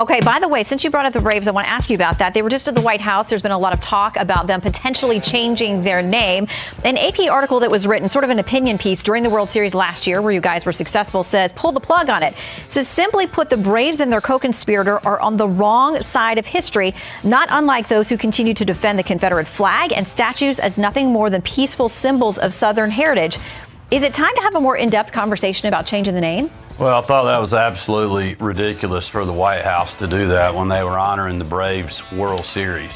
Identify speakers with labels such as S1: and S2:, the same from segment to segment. S1: Okay, by the way, since you brought up the Braves, I want to ask you about that. They were just at the White House. There's been a lot of talk about them potentially changing their name. An AP article that was written, sort of an opinion piece during the World Series last year, where you guys were successful, says pull the plug on it. Says simply put, the Braves and their co conspirator are on the wrong side of history, not unlike those who continue to defend the Confederate flag and statues as nothing more than peaceful symbols of Southern heritage. Is it time to have a more in depth conversation about changing the name?
S2: Well, I thought that was absolutely ridiculous for the White House to do that when they were honoring the Braves World Series.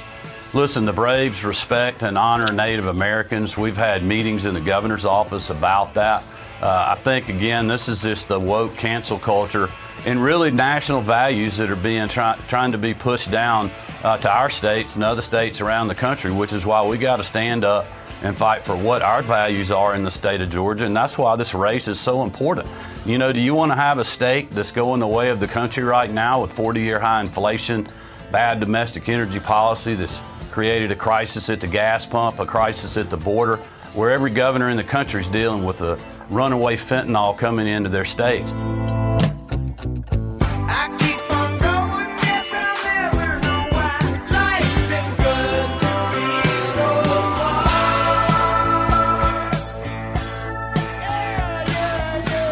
S2: Listen, the Braves respect and honor Native Americans. We've had meetings in the governor's office about that. Uh, I think, again, this is just the woke cancel culture and really national values that are being try- trying to be pushed down uh, to our states and other states around the country, which is why we got to stand up and fight for what our values are in the state of Georgia. And that's why this race is so important. You know, do you want to have a state that's going the way of the country right now with 40 year high inflation, bad domestic energy policy that's created a crisis at the gas pump, a crisis at the border, where every governor in the country is dealing with the runaway fentanyl coming into their states?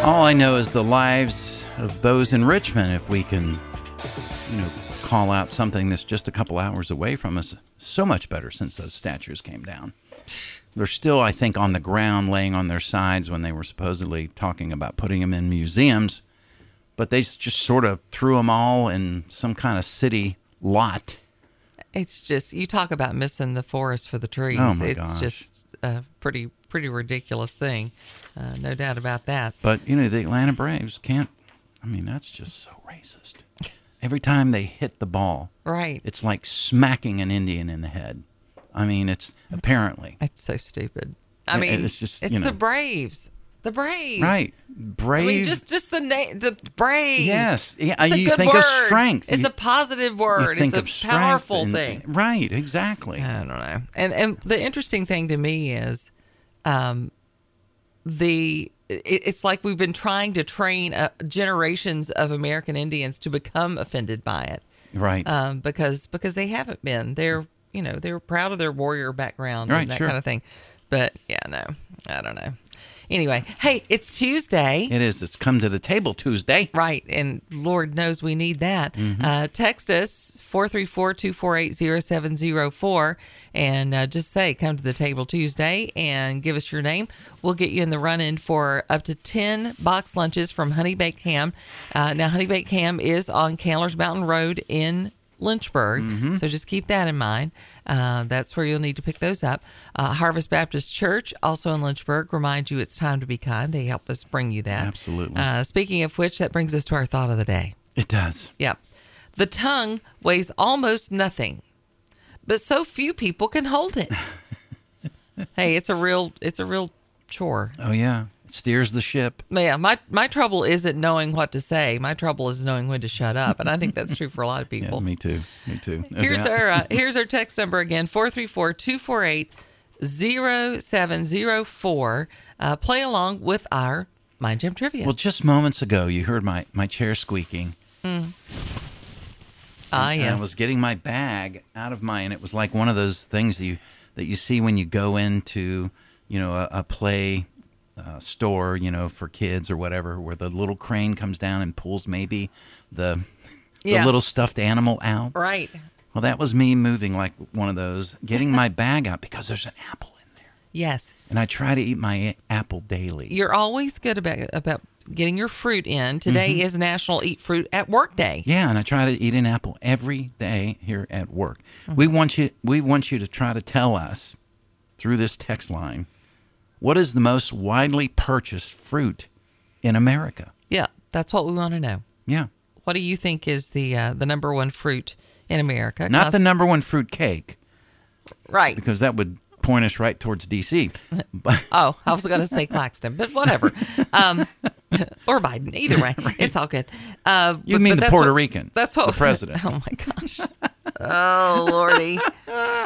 S3: All I know is the lives of those in Richmond. If we can, you know, call out something that's just a couple hours away from us, so much better since those statues came down. They're still, I think, on the ground, laying on their sides when they were supposedly talking about putting them in museums, but they just sort of threw them all in some kind of city lot.
S4: It's just you talk about missing the forest for the trees.
S3: Oh my
S4: it's
S3: gosh.
S4: just a pretty pretty ridiculous thing, uh, no doubt about that.
S3: But you know, the Atlanta Braves can't. I mean, that's just so racist. Every time they hit the ball,
S4: Right? It's,
S3: it's like smacking an Indian in the head. I mean, it's apparently
S4: so stupid. I
S3: It-
S4: mean,
S3: it's just,
S4: it's
S3: you know.
S4: the Braves, the Braves,
S3: right.
S4: I
S3: Brave.
S4: mean, just just the name, the Braves.
S3: Yes. Yeah,
S4: It's a
S3: you
S4: good
S3: think of
S4: word.
S3: strength.
S4: It's
S3: You-
S4: a positive
S3: you
S4: word.
S3: think
S4: it's a
S3: of strength
S4: powerful
S3: and-
S4: thing.
S3: Right. Exactly.
S4: I don't know. And and the interesting thing to me is, um, the it, it's like we've been trying to train uh, generations of American Indians to become offended by it,
S3: Right.
S4: um, because because they haven't been. They're you know they're proud of their warrior background
S3: Right,
S4: and that
S3: sure.
S4: kind of thing. But yeah, no, I don't know. Anyway, hey, it's Tuesday.
S3: it is. It's come to the table Tuesday.
S4: Right. And Lord knows we need that. Uh, text us 434 248 0704 and uh, just say, come to the table Tuesday and give us your name. We'll get you in the run in for up to 10 box lunches from Honey Baked Ham. Uh, now, Honey Baked Ham is on Candler's Mountain Road in Lynchburg. So just keep that in mind. Uh, that's where you'll need to pick those up. Uh, Harvest Baptist Church, also in Lynchburg, remind you it's time to be kind. They help us bring you that.
S3: Absolutely.
S4: Uh, speaking of which, that brings us to our thought of the day.
S3: It does.
S4: Yep. The tongue weighs almost nothing, but so few people can hold it. hey, it's a real it's a real chore.
S3: Oh yeah. It steers the ship.
S4: Yeah, my my trouble isn't knowing what to say. My trouble is knowing when to shut up, and I think that's true for a lot of
S3: Yeah,
S4: people.
S3: me too. Me too. No
S4: here's
S3: doubt.
S4: our uh, here's our text number again 434-248-0704. Uh, play along with our Mind Jam trivia.
S3: Well, just moments ago, you heard my my chair squeaking.
S4: ah,
S3: and I
S4: yes.
S3: was getting my bag out of my, and it was like one of those things that you that you see when you go into, you know, a, a play uh, store, you know, for kids or whatever, where the little crane comes down and pulls maybe the
S4: Yeah.
S3: the little stuffed animal out.
S4: right.
S3: Well, that was me moving like one of those, getting my bag out because there's an apple in there,
S4: Yes.
S3: and I try to eat my a- apple daily.
S4: You're always good about about getting your fruit in. Today
S3: Mm-hmm.
S4: is National Eat Fruit at Work Day.
S3: Yeah, and I try to eat an apple every day here at work. We
S4: Mm-hmm.
S3: want you we want you to try to tell us through this text line what is the most widely purchased fruit in America?
S4: Yeah, that's what we want to know.
S3: Yeah.
S4: What do you think is the uh, the number one fruit in America?
S3: Not the
S4: Cons-
S3: number one fruit cake
S4: right.
S3: because that would point us right towards DC. But
S4: Oh, I was going to say Claxton, but whatever. Um, or Biden, either way, it's all good. Uh,
S3: You mean the
S4: that's
S3: Puerto
S4: what-
S3: Rican,
S4: That's what
S3: the president.
S4: Oh my gosh. Oh lordy,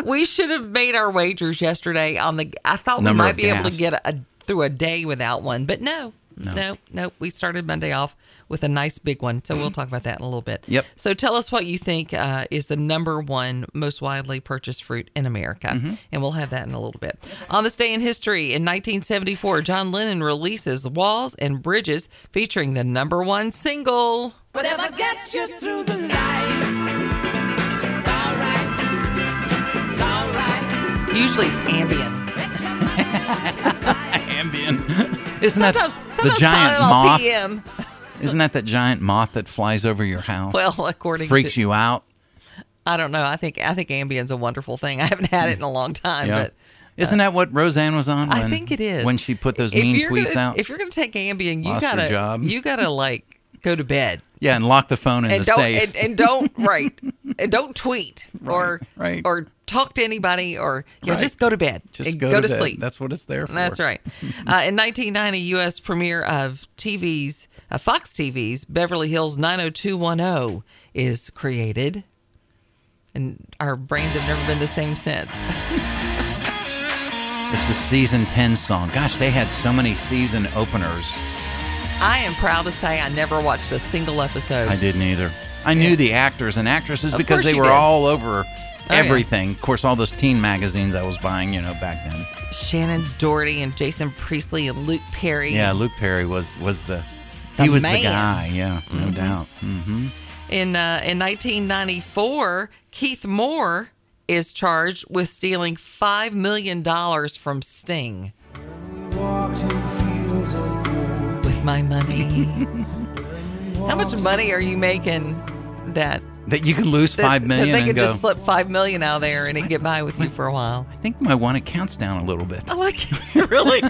S4: we should have made our wagers yesterday on the. I thought
S3: Number
S4: we might
S3: of
S4: be able to
S3: gaffes.
S4: get a, through a day without one, but no, no, no, We started Monday off with a nice big one, so we'll talk about that in a little bit.
S3: Yep.
S4: So tell us what you think uh, is the number one most widely purchased fruit in America,
S3: Mm-hmm.
S4: and we'll have that in a little bit. On this day in history, in 1974, John Lennon releases "Walls and Bridges," featuring the number one single.
S5: Whatever gets you through the night. It's alright. It's alright.
S4: Usually, it's ambient.
S3: Ambient. Isn't
S4: Sometimes,
S3: that
S4: sometimes
S3: the giant
S4: Tylenol
S3: moth?
S4: PM.
S3: Isn't that that giant moth that flies over your house?
S4: Well, according
S3: freaks
S4: to,
S3: you out.
S4: I don't know. I think I think ambient's a wonderful thing. I haven't had it in a long time,
S3: Yeah.
S4: but
S3: Isn't that what Roseanne was on?
S4: I
S3: when-
S4: think it is
S3: when she put those
S4: If
S3: mean
S4: you're
S3: tweets
S4: gonna-
S3: out.
S4: If you're going to take Ambien, you
S3: Lost your
S4: gotta
S3: job.
S4: you gotta like go to bed
S3: yeah, and lock the phone in
S4: and
S3: the
S4: don't
S3: safe.
S4: and, and don't right and don't tweet or
S3: right.
S4: or talk to anybody or yeah
S3: Right.
S4: just go to bed
S3: Just
S4: and
S3: go,
S4: go, to,
S3: bed.
S4: sleep.
S3: That's what it's there for.
S4: That's right. Uh, in 1990, U.S. premiere of TV's uh, Fox TV's Beverly Hills 90210 is created, and our brains have never been the same since.
S3: This is season 10 song. Gosh, they had so many season openers.
S4: I am proud to say I never watched a single episode.
S3: I didn't either. I knew the actors and actresses
S4: Of
S3: because
S4: course
S3: they
S4: you
S3: were
S4: did. Oh,
S3: all over
S4: yeah.
S3: everything. Of course, all those teen magazines I was buying, you know, back then.
S4: Shannon Doherty and Jason Priestley and Luke Perry.
S3: Yeah, Luke Perry was was the,
S4: The
S3: he was the
S4: man. Mm-hmm.
S3: guy. Yeah, no doubt. Mm.
S4: In uh, in 1994, Keith Moore is charged with stealing five million dollars from Sting. With my money. How much money are you making that?
S3: That you can lose
S4: that-
S3: five million
S4: That they
S3: and
S4: could
S3: go.
S4: just slip five million out of there and it get by with you for a while.
S3: I think my one account's down a little bit.
S4: I like it. really.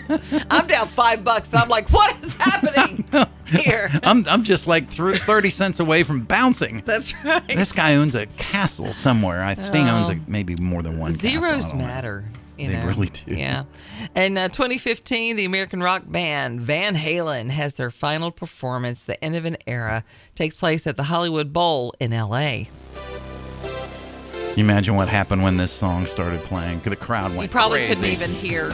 S4: I'm down five bucks and I'm like, what is happening here?
S3: I'm I'm just like thro- thirty cents away from bouncing.
S4: That's right.
S3: This guy owns a castle somewhere. I Sting owns a, maybe more than one. castle. I
S4: Oh. Zeros
S3: don't know.
S4: matter. You
S3: They
S4: know?
S3: really do.
S4: Yeah. In uh, 2015, the American rock band Van Halen has their final performance. The end of an era takes place at the Hollywood Bowl in L.A.
S3: You imagine what happened when this song started playing. The crowd went
S4: You probably
S3: crazy.
S4: couldn't even hear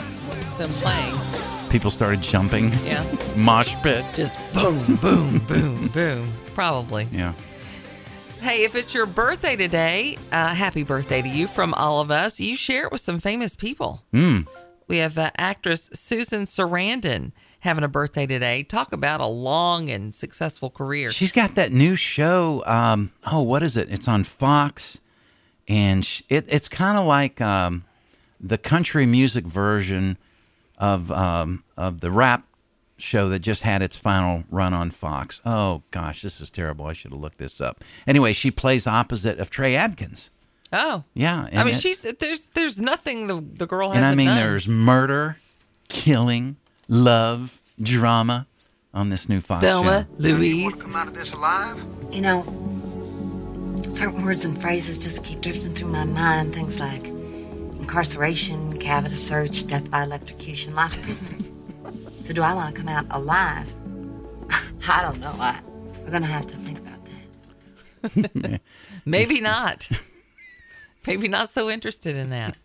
S4: them playing.
S3: People started jumping.
S4: Yeah.
S3: Mosh pit.
S4: Just boom, boom, boom, boom. Probably.
S3: Yeah.
S4: Hey, if it's your birthday today, uh, happy birthday to you from all of us. You share it with some famous people.
S3: Hmm.
S4: We have uh, actress Susan Sarandon having a birthday today. Talk about a long and successful career.
S3: She's got that new show. Um, oh, what is it? It's on Fox, and sh it, it's kind of like um, the country music version of um, of the rap show that just had its final run on Fox. Oh gosh, this is terrible. I should have looked this up. Anyway, she plays opposite of Trey Adkins.
S4: oh,
S3: Yeah,
S4: I
S3: and
S4: mean,
S3: it-
S4: she's there's there's nothing the the girl
S3: and
S4: hasn't
S3: I mean,
S4: done.
S3: there's murder, killing, love, drama on this new Fox
S4: Thelma
S3: show.
S4: Louise.
S6: come out of this alive?
S7: You know, certain words and phrases just keep drifting through my mind. Things like incarceration, cavity search, death by electrocution, life in prison. so, do I want to come out alive? I don't know. I, we're going to have to think about that.
S4: Maybe not. Maybe not so interested in that.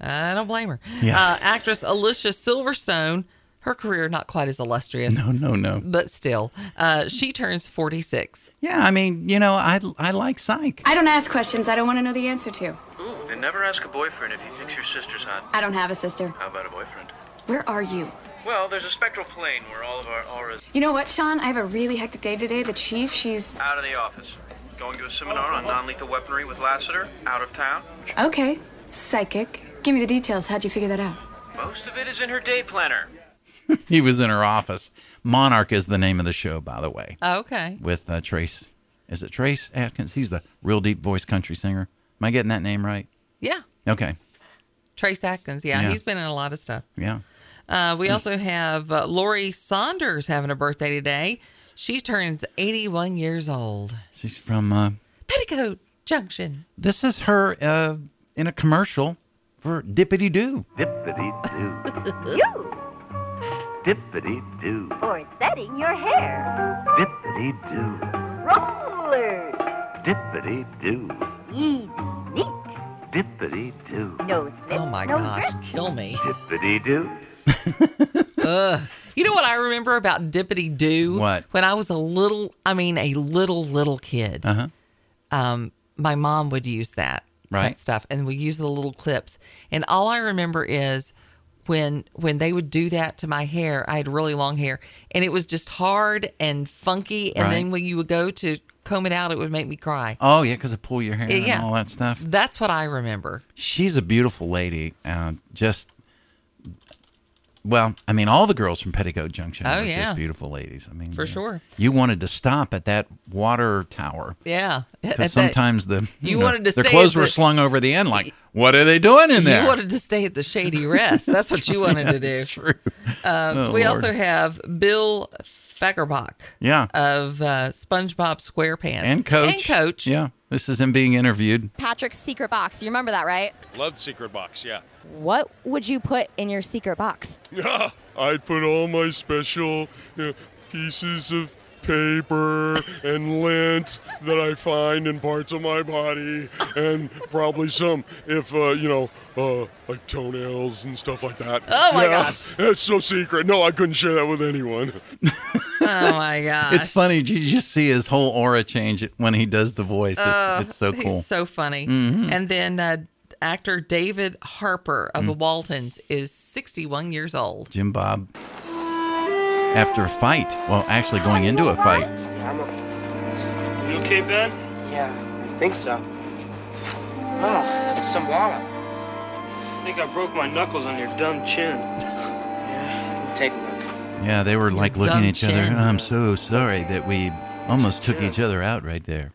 S4: I don't blame her.
S3: Yeah.
S4: Uh, actress Alicia Silverstone. Her career not quite as illustrious.
S3: No, no, no.
S4: but still, uh, she turns 46.
S3: Yeah, I mean, you know, I I like Psych.
S8: I don't ask questions I don't want to know the answer to.
S9: Ooh, and never ask a boyfriend if he thinks your sister's hot.
S8: I don't have a sister.
S9: How about a boyfriend?
S8: Where are you?
S9: Well, there's a spectral plane where all of our auras
S8: You know what, Sean? I have a really hectic day today. The chief, she's
S9: out of the office. Going to a seminar on non-lethal weaponry with Lassiter, out of town.
S8: okay, psychic. Give me the details. How'd you figure that out?
S9: Most of it is in her day planner.
S3: he was in her office. Monarch is the name of the show, by the way,
S4: Okay.
S3: with uh, Trace. Is it Trace Atkins? He's the real deep voice country singer. Am I getting that name right?
S4: Yeah.
S3: Okay.
S4: Trace Atkins. Yeah,
S3: Yeah.
S4: He's been in a lot of stuff.
S3: Yeah.
S4: Uh, we also have uh, Lori Saunders having a birthday today. She turns 81 years old.
S3: She's from. Uh,
S4: Petticoat Junction.
S3: this is her uh, in a commercial for Dippity Doo.
S10: Dippity doo. Dippity doo.
S11: for setting your hair.
S10: Dippity doo.
S11: Rollers,
S10: Dippity doo.
S11: easy, neat,
S10: Dippity doo.
S11: no slip,
S4: Oh my
S11: no
S4: gosh,
S11: drip.
S4: kill me.
S10: Dippity doo.
S4: You know what I remember about Dippity Doo?
S3: What?
S4: When I was a little, I mean, a little, little kid,
S3: Uh-huh.
S4: um, my mom would use that,
S3: Right.
S4: that stuff. And we use the little clips. And all I remember is when when they would do that to my hair, I had really long hair and it was just hard and funky. And
S3: Right.
S4: then when you would go to comb it out, it would make me cry.
S3: Oh yeah, because I pull your hair
S4: Yeah.
S3: and all that stuff.
S4: That's what I remember.
S3: She's a beautiful lady. Uh, just well, I mean, all the girls from Petticoat Junction
S4: Oh,
S3: were
S4: yeah.
S3: just beautiful ladies. I mean,
S4: For
S3: you-
S4: sure.
S3: You wanted to stop at that water tower
S4: Yeah. At that-
S3: because sometimes the you,
S4: you
S3: know,
S4: wanted to
S3: their
S4: stay
S3: clothes
S4: at
S3: were
S4: the-
S3: slung over the end. Like, what are they doing in there?
S4: You wanted to stay at the shady rest. That's what you wanted to do.
S3: That's true.
S4: Um,
S3: Oh,
S4: we
S3: Lord.
S4: also have Bill Fackerbach
S3: Yeah,
S4: of uh, SpongeBob SquarePants
S3: and coach.
S4: And coach.
S3: Yeah, this is him being interviewed.
S6: Patrick's secret box. You remember that, right?
S12: Loved Secret Box, yeah.
S6: What would you put in your secret box?
S12: I'd put all my special uh, pieces of paper and lint that I find in parts of my body, and probably some, if uh, you know, uh, like toenails and stuff like that.
S4: Oh my
S12: Yeah,
S4: gosh.
S12: that's so secret. No, I couldn't share that with anyone.
S4: Oh my gosh.
S3: It's funny. You just see his whole aura change when he does the voice. It's,
S4: Uh,
S3: it's so cool.
S4: He's so funny.
S3: Mhm.
S4: And then uh, actor David Harper
S3: Mm.
S4: of the Waltons is 61 years old.
S3: Jim Bob, after a fight, well, actually going into a fight,
S13: You okay, Ben? Yeah, I think so. Oh, some water. I think I broke my knuckles on your dumb chin. yeah, take a look.
S3: yeah, they were like looking at each
S13: chin.
S3: other. I'm so sorry that we almost took each other out right there.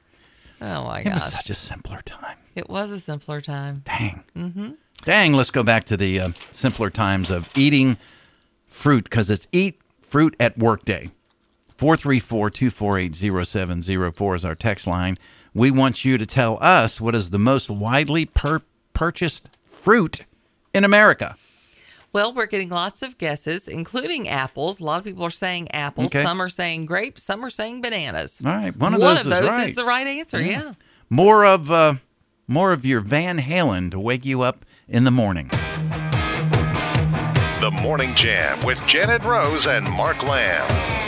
S4: Oh my
S3: it
S4: gosh.
S3: was such a simpler time.
S4: It was a simpler time.
S3: Dang.
S4: Mm-hmm.
S3: Dang, let's go back to the uh, simpler times of eating fruit because it's Eat Fruit at Work Day. 434 248 0704 is our text line. We want you to tell us what is the most widely per- purchased fruit in America.
S4: Well, we're getting lots of guesses, including apples. A lot of people are saying apples.
S3: Okay.
S4: Some are saying grapes. Some are saying bananas.
S3: All right, one of those is right.
S4: the right answer. Yeah.
S3: More of uh, more of your Van Halen to wake you up in the morning.
S14: The Morning Jam with Janet Rose and Mark Lamb.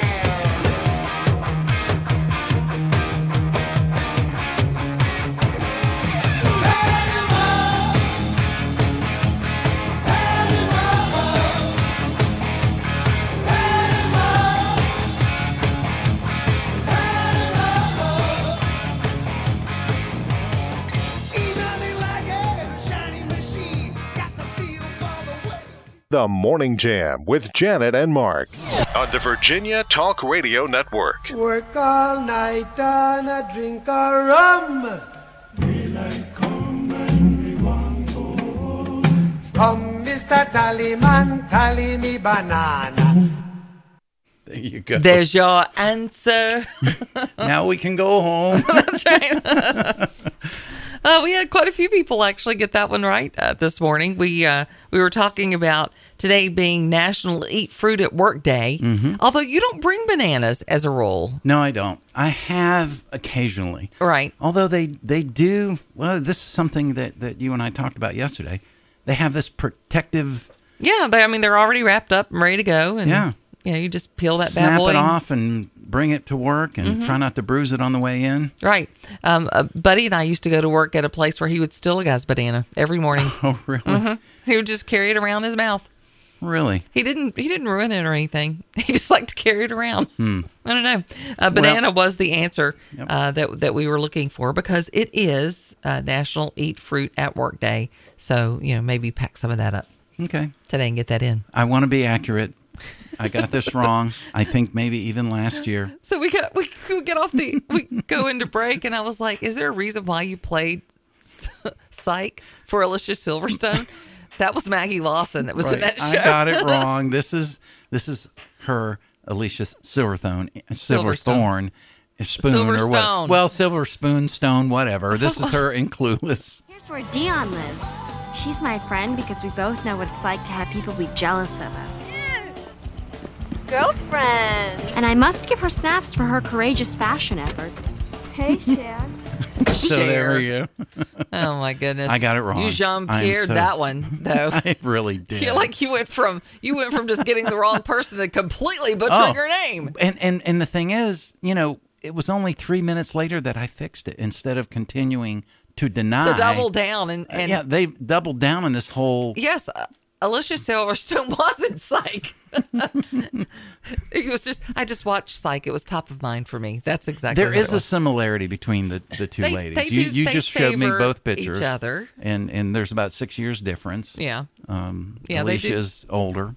S14: The Morning Jam with Janet and Mark. On the Virginia Talk Radio Network.
S15: Work all night and a drink of rum. Come, Mr. Tallyman, tally me banana.
S3: There you go.
S4: There's your answer.
S3: now we can go home.
S4: That's right. uh, we had quite a few people actually get that one right uh, this morning. We uh, we were talking about today being National Eat Fruit at Work Day.
S3: Mhm.
S4: Although you don't bring bananas as a rule,
S3: No, I don't. I have occasionally.
S4: right?
S3: Although they they do well, this is something that that you and I talked about yesterday. They have this protective
S4: Yeah, they, I mean they're already wrapped up and ready to go, and
S3: Yeah.
S4: you know you just peel that bad
S3: snap
S4: boy
S3: it
S4: and-
S3: off and bring it to work and
S4: Mhm.
S3: try not to bruise it on the way in.
S4: Right. Um, a buddy and I used to go to work at a place where he would steal a guy's banana every morning.
S3: Oh, really?
S4: He would just carry it around his mouth.
S3: Really?
S4: He didn't. He didn't ruin it or anything. He just liked to carry it around.
S3: Hmm.
S4: I don't know. Uh, banana was the answer uh, that that we were looking for because it is uh, National Eat Fruit at Work Day. So you know maybe pack some of that up.
S3: Okay.
S4: Today and get that in.
S3: I want to be accurate. I got this wrong. I think maybe even last year.
S4: So we got we, we get off the we go into break and I was like, is there a reason why you played Psych for Alicia Silverstone? That was Maggie Lawson that was in
S3: Right.
S4: that
S3: I
S4: show.
S3: got it wrong. This is this is her Alicia Silverthorne Silverthorne spoon or
S4: Silverstone.
S3: what? Well, silver spoon stone whatever. This is her in Clueless.
S16: Here's where Dion lives. She's my friend because we both know what it's like to have people be jealous of us.
S11: Girlfriend.
S16: And I must give her snaps for her courageous fashion efforts.
S11: Hey, Shad.
S3: so there we go.
S4: Oh my goodness!
S3: I got it wrong.
S4: You Jean Pierre
S3: so-
S4: that one though.
S3: I really did.
S4: You're like you went from you went from just getting the wrong person to completely butchering
S3: Oh.
S4: her name.
S3: And and and the thing is, you know, it was only three minutes later that I fixed it instead of continuing to deny.
S4: To double down and,
S3: Uh,
S4: and
S3: yeah, they doubled down on this whole.
S4: yes, uh, Alicia Silverstone wasn't psych. it was just I just watched Psych. It was top of mind for me. That's exactly.
S3: There
S4: what it
S3: is a
S4: was.
S3: similarity between the, the two
S4: They-
S3: ladies.
S4: they
S3: you
S4: do-
S3: you
S4: they
S3: just showed me
S4: favor
S3: both
S4: each
S3: pictures.
S4: other.
S3: And and there's about six years difference.
S4: Yeah.
S3: Um,
S4: Yeah, they do.
S3: Alicia is older.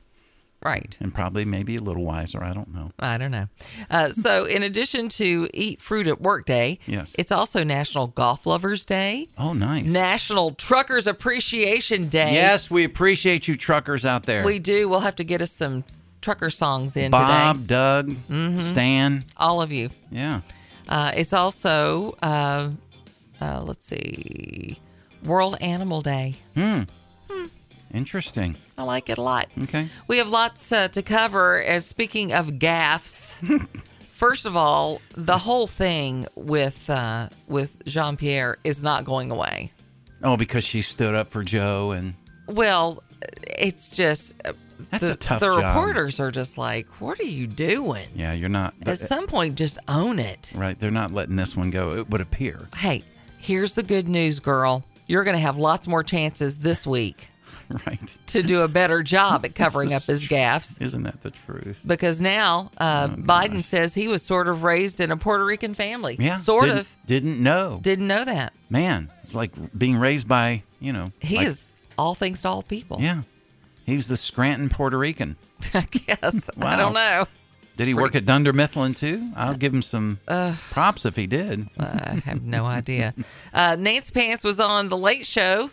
S4: Right.
S3: And probably maybe a little wiser. I don't know.
S4: I don't know. Uh, so, in addition to Eat Fruit at Work Day,
S3: Yes.
S4: it's also National Golf Lovers Day.
S3: Oh, nice.
S4: National Truckers Appreciation Day.
S3: Yes, we appreciate you truckers out there.
S4: we do. We'll have to get us some trucker songs in
S3: Bob,
S4: today.
S3: Doug,
S4: Mhm.
S3: Stan.
S4: All of you.
S3: Yeah.
S4: Uh, it's also, uh, uh, let's see, World Animal Day.
S3: Hmm. Interesting.
S4: I like it a lot.
S3: Okay.
S4: We have lots uh, to cover. And speaking of gaffes, first of all, the whole thing with uh, with Jean Pierre is not going away.
S3: Oh, because she stood up for Joe and
S4: Well, it's just uh,
S3: That's
S4: the,
S3: a tough
S4: the
S3: job.
S4: reporters are just like, "What are you doing?"
S3: yeah, you're not. uh,
S4: At some point, just own it.
S3: right, they're not letting this one go. It would appear.
S4: Hey, here's the good news, girl. You're going to have lots more chances this week
S3: Right.
S4: to do a better job at covering up his gaffes.
S3: Isn't that the truth?
S4: because now uh,
S3: Oh,
S4: Biden says he was sort of raised in a Puerto Rican family.
S3: Yeah.
S4: sort
S3: didn't-
S4: of.
S3: Didn't know.
S4: Didn't know that.
S3: Man, it's like being raised by you know.
S4: He
S3: like-
S4: is all things to all people.
S3: Yeah. He was the Scranton Puerto Rican.
S4: I guess. I
S3: Wow.
S4: don't know.
S3: Did he work at Dunder Mifflin too? I'll give him some
S4: Uh,
S3: props if he did.
S4: I have no idea. Uh, Nance Pants was on the Late Show.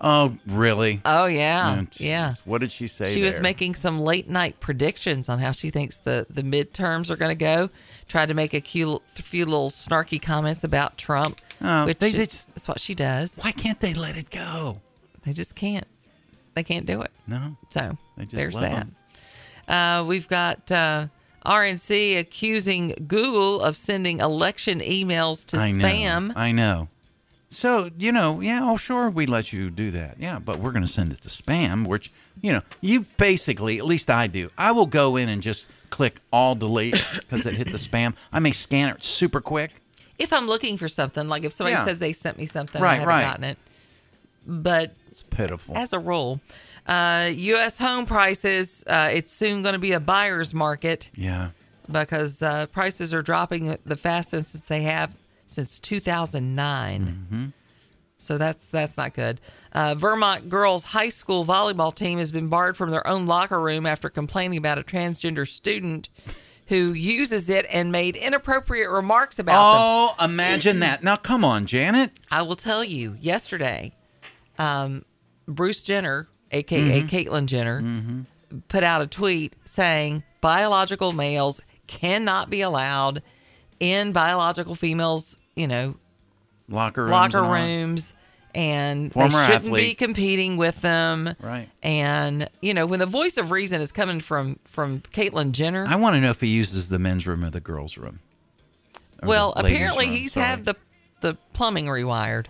S3: Oh, really?
S4: Oh yeah,
S3: Jesus.
S4: yeah.
S3: What did she say?
S4: She was
S3: there?
S4: making some late night predictions on how she thinks the the midterms are going to go. Tried to make a few, few little snarky comments about Trump,
S3: Oh,
S4: which
S3: they-
S4: is,
S3: they just-
S4: that's what she does.
S3: Why can't they let it go?
S4: They just can't. They can't do it.
S3: No.
S4: So
S3: They just
S4: there's
S3: love
S4: that.
S3: 'em.
S4: Uh, we've got uh, RNC accusing Google of sending election emails to
S3: I know,
S4: spam.
S3: I know. So, you know, yeah, oh, sure, we let you do that. Yeah, but we're going to send it to spam, which, you know, you basically, at least I do, I will go in and just click all delete because it hit the spam. I may scan it super quick.
S4: If I'm looking for something, like if somebody
S3: Yeah.
S4: said they sent me something, I
S3: Right,
S4: haven't
S3: right.
S4: gotten it. But
S3: It's pitiful.
S4: as a rule, uh, U.S. home prices, uh, it's soon going to be a buyer's market
S3: yeah.
S4: because uh, prices are dropping the fastest since they have since 2009. So that's that's not good. Uh, Vermont girls high school volleyball team has been barred from their own locker room after complaining about a transgender student who uses it and made inappropriate remarks about them.
S3: Oh, imagine that. Now, come on, Janet.
S4: I will tell you, yesterday, um, Bruce Jenner, aka
S3: Mm-hmm.
S4: Caitlyn Jenner, put out a tweet saying biological males cannot be allowed in biological females, you know,
S3: Locker rooms.
S4: locker
S3: and all.
S4: rooms, and
S3: Former
S4: they shouldn't be
S3: athlete.
S4: competing with them.
S3: Right.
S4: And you know, when the voice of reason is coming from from Caitlyn Jenner,
S3: I want to know if he uses the men's room or the girls' room. Or the
S4: well,
S3: ladies'
S4: apparently
S3: room,
S4: he's
S3: sorry.
S4: had the the plumbing rewired.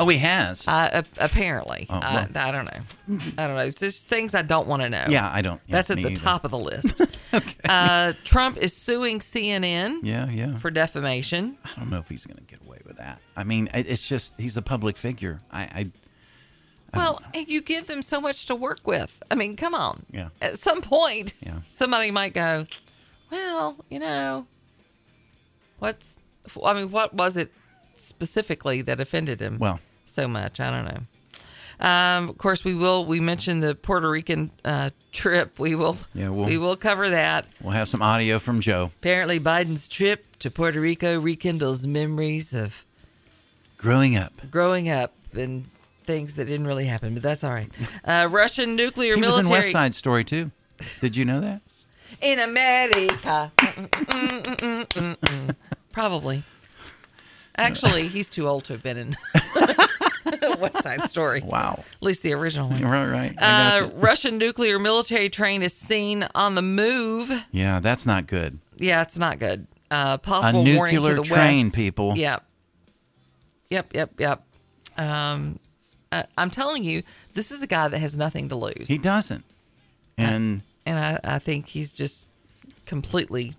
S3: Oh, he has?
S4: Uh, ap- apparently,
S3: Oh,
S4: I,
S3: well.
S4: I don't know. I don't know. It's just things I don't want to know.
S3: Yeah, I don't- yeah,
S4: That's at
S3: me
S4: the
S3: either.
S4: top of the list. uh, Trump is suing CNN.
S3: Yeah, yeah.
S4: For defamation.
S3: I don't know if he's going to get away with that. I mean, it- it's just he's a public figure. I, I
S4: Well, and you give them so much to work with. I mean, come on.
S3: Yeah.
S4: At some point,
S3: Yeah.
S4: somebody might go, well, you know, what's, I mean, what was it specifically that offended him
S3: Well.
S4: so much? I don't know. Um, of course, we will, we mentioned the Puerto Rican uh, trip. We will,
S3: Yeah, we'll-
S4: we will cover that.
S3: we'll have some audio from Joe.
S4: Apparently, Biden's trip to Puerto Rico rekindles memories of
S3: Growing up,
S4: growing up and things that didn't really happen, but that's all right. Uh, Russian nuclear
S3: he was
S4: military
S3: in West Side Story too. Did you know that?
S4: in America. Mm-mm-mm-mm-mm-mm. Probably. Actually, he's too old to have been in West Side Story.
S3: Wow.
S4: At least the original one.
S3: Right, right. I
S4: Uh,
S3: gotcha.
S4: Russian nuclear military train is seen on the move.
S3: Yeah, that's not good.
S4: Yeah, it's not good.
S3: A
S4: Uh, possible warning to
S3: nuclear
S4: the
S3: train,
S4: West.
S3: people.
S4: Yeah. Yep, yep, yep. Um, uh, I'm telling you, this is a guy that has nothing to lose.
S3: He doesn't. And
S4: and I, I think he's just completely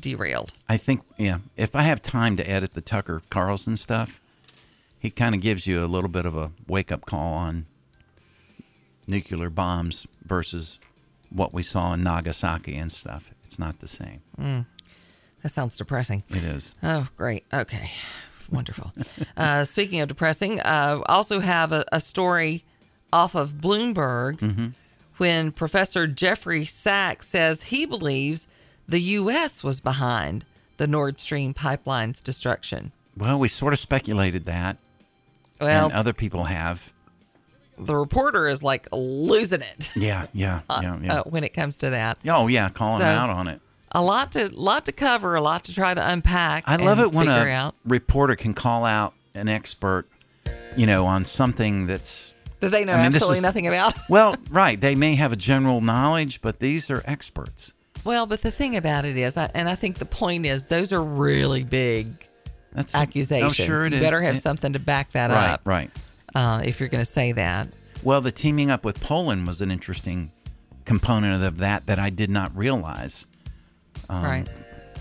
S4: derailed.
S3: I think, yeah, if I have time to edit the Tucker Carlson stuff, he kind of gives you a little bit of a wake up call on nuclear bombs versus what we saw in Nagasaki and stuff. It's not the same.
S4: Mm. That sounds depressing.
S3: It is.
S4: Oh, great. Okay. Wonderful. uh, speaking of depressing, uh, I also have a, a story off of Bloomberg
S3: Mhm.
S4: when Professor Jeffrey Sachs says he believes the U.S. was behind the Nord Stream pipeline's destruction.
S3: Well, we sort of speculated that.
S4: Well-
S3: and other people have.
S4: The reporter is like losing it
S3: Yeah, yeah,
S4: uh,
S3: yeah, yeah.
S4: uh, when it comes to that.
S3: oh, yeah, calling
S4: So-
S3: out on it.
S4: A lot to lot to cover, a lot to try to unpack.
S3: I love
S4: and
S3: it when
S4: figure
S3: a
S4: out
S3: reporter can call out an expert, you know, on something that's
S4: that they know
S3: I mean, this
S4: absolutely
S3: is-
S4: nothing about.
S3: well, right. They may have a general knowledge, but these are experts.
S4: Well, but the thing about it is, I, and I think the point is, those are really big
S3: That's,
S4: accusations.
S3: Oh, sure it
S4: you
S3: is.
S4: better have
S3: Yeah.
S4: something to back that
S3: right,
S4: up.
S3: Right.
S4: Uh, if you're going to say that.
S3: Well, the teaming up with Poland was an interesting component of that that I did not realize. Um,
S4: Right.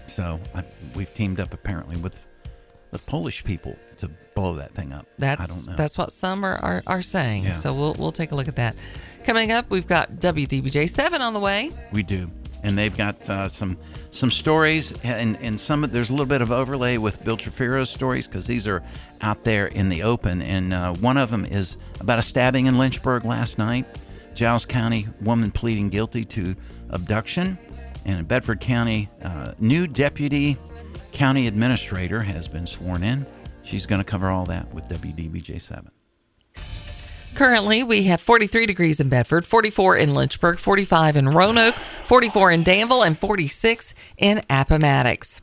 S3: So I, we've teamed up apparently with the Polish people to blow that thing up.
S4: That's
S3: I don't know.
S4: that's what some are, are, are saying.
S3: Yeah.
S4: So we'll we'll take a look at that. Coming up, we've got WDBJ seven on the way.
S3: We do, and they've got uh, some some stories, and and some of- there's a little bit of overlay with Bill Trafiro's stories because these are out there in the open, and uh, one of them is about a stabbing in Lynchburg last night. Giles County woman pleading guilty to abduction, and in Bedford County, uh, new deputy county administrator has been sworn in. She's going to cover all that with WDBJ seven.
S4: Currently, we have 43 degrees in Bedford, 44 in Lynchburg, 45 in Roanoke, 44 in Danville, and 46 in Appomattox.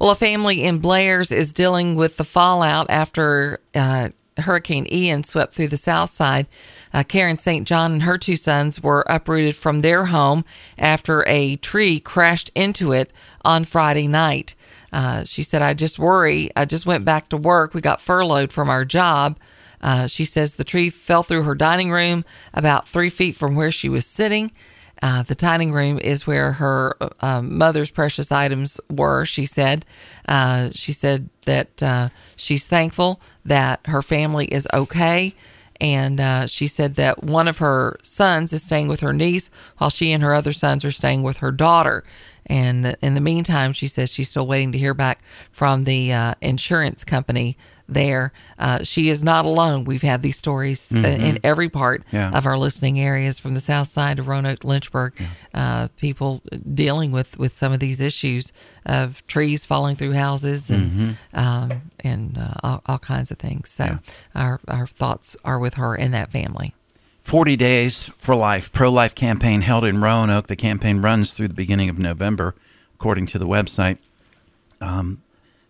S4: Well, a family in Blair's is dealing with the fallout after uh, Hurricane Ian swept through the south side. Uh, Karen St. John and her two sons were uprooted from their home after a tree crashed into it on Friday night. Uh, she said, I just worry. I just went back to work. We got furloughed from our job. Uh, she says the tree fell through her dining room about three feet from where she was sitting. Uh, the dining room is where her uh, mother's precious items were, she said. Uh, she said that uh, she's thankful that her family is okay. And uh, she said that one of her sons is staying with her niece while she and her other sons are staying with her daughter. And in the meantime, she says she's still waiting to hear back from the uh, insurance company there. Uh, she is not alone. We've had these stories uh, in
S3: Mhm.
S4: every part
S3: Yeah.
S4: of our listening areas from the south side to Roanoke, Lynchburg, uh, people dealing with, with some of these issues of trees falling through houses and um, and uh, all, all kinds of things. So our, our thoughts are with her and that family.
S3: 40 Days for Life pro life campaign held in Roanoke. The campaign runs through the beginning of November, according to the website. Um,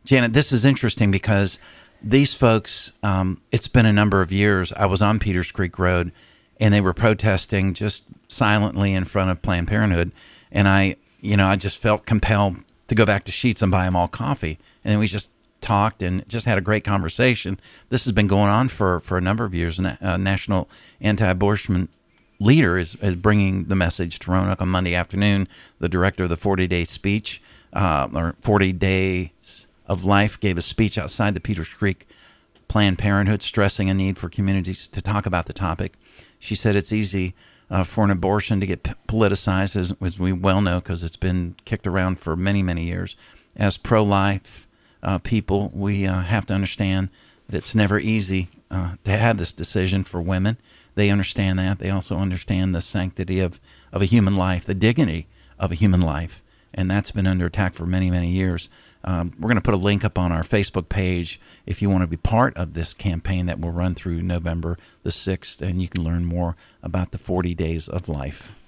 S3: Janet, this is interesting because these folks, um, it's been a number of years. I was on Peters Creek Road and they were protesting just silently in front of Planned Parenthood. And I, you know, I just felt compelled to go back to Sheets and buy them all coffee. And then we just talked and just had a great conversation. This has been going on for, for a number of years. Na- uh, National Anti Abortion leader is, is bringing the message to Roanoke on Monday afternoon. The director of the 40 day speech uh, or 40 Days of Life gave a speech outside the Peters Creek Planned Parenthood, stressing a need for communities to talk about the topic. She said it's easy uh, for an abortion to get p- politicized, as, as we well know, because it's been kicked around for many, many years. As pro life uh, people, we uh, have to understand that it's never easy uh, to have this decision for women. They understand that. They also understand the sanctity of, of a human life, the dignity of a human life, and that's been under attack for many, many years. Um, we're going to put a link up on our Facebook page if you want to be part of this campaign that will run through November the 6th, and you can learn more about the 40 days of life.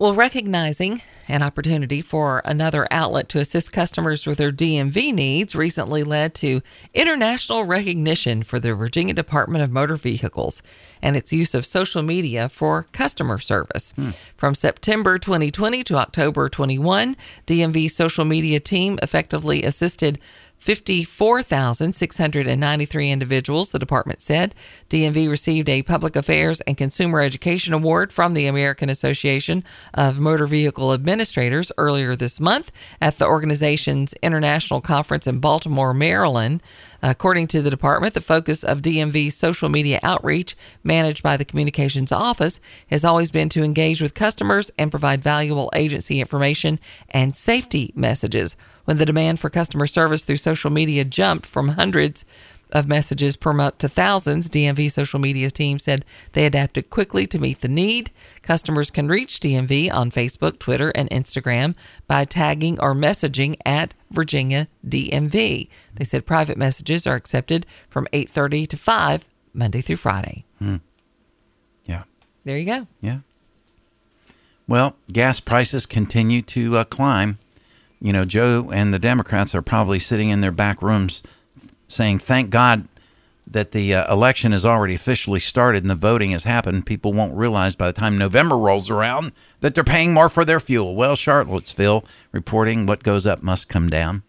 S4: Well, recognizing an opportunity for another outlet to assist customers with their DMV needs recently led to international recognition for the Virginia Department of Motor Vehicles and its use of social media for customer service. From September 2020 to October 21, DMV social media team effectively assisted 54,693 individuals, the department said. DMV received a Public Affairs and Consumer Education Award from the American Association of Motor Vehicle Administrators earlier this month at the organization's international conference in Baltimore, Maryland. According to the department, the focus of DMV's social media outreach, managed by the Communications Office, has always been to engage with customers and provide valuable agency information and safety messages when the demand for customer service through social media jumped from hundreds of messages per month to thousands, DMV social media team said they adapted quickly to meet the need. Customers can reach DMV on Facebook, Twitter, and Instagram by tagging or messaging at Virginia DMV. They said private messages are accepted from 8:30 to 5 Monday through Friday.
S3: Yeah.
S4: There you go.
S3: Yeah. Well, gas prices continue to uh, climb. You know, Joe and the Democrats are probably sitting in their back rooms saying, thank God that the uh, election has already officially started and the voting has happened. People won't realize by the time November rolls around that they're paying more for their fuel. Well, Charlottesville reporting what goes up must come down.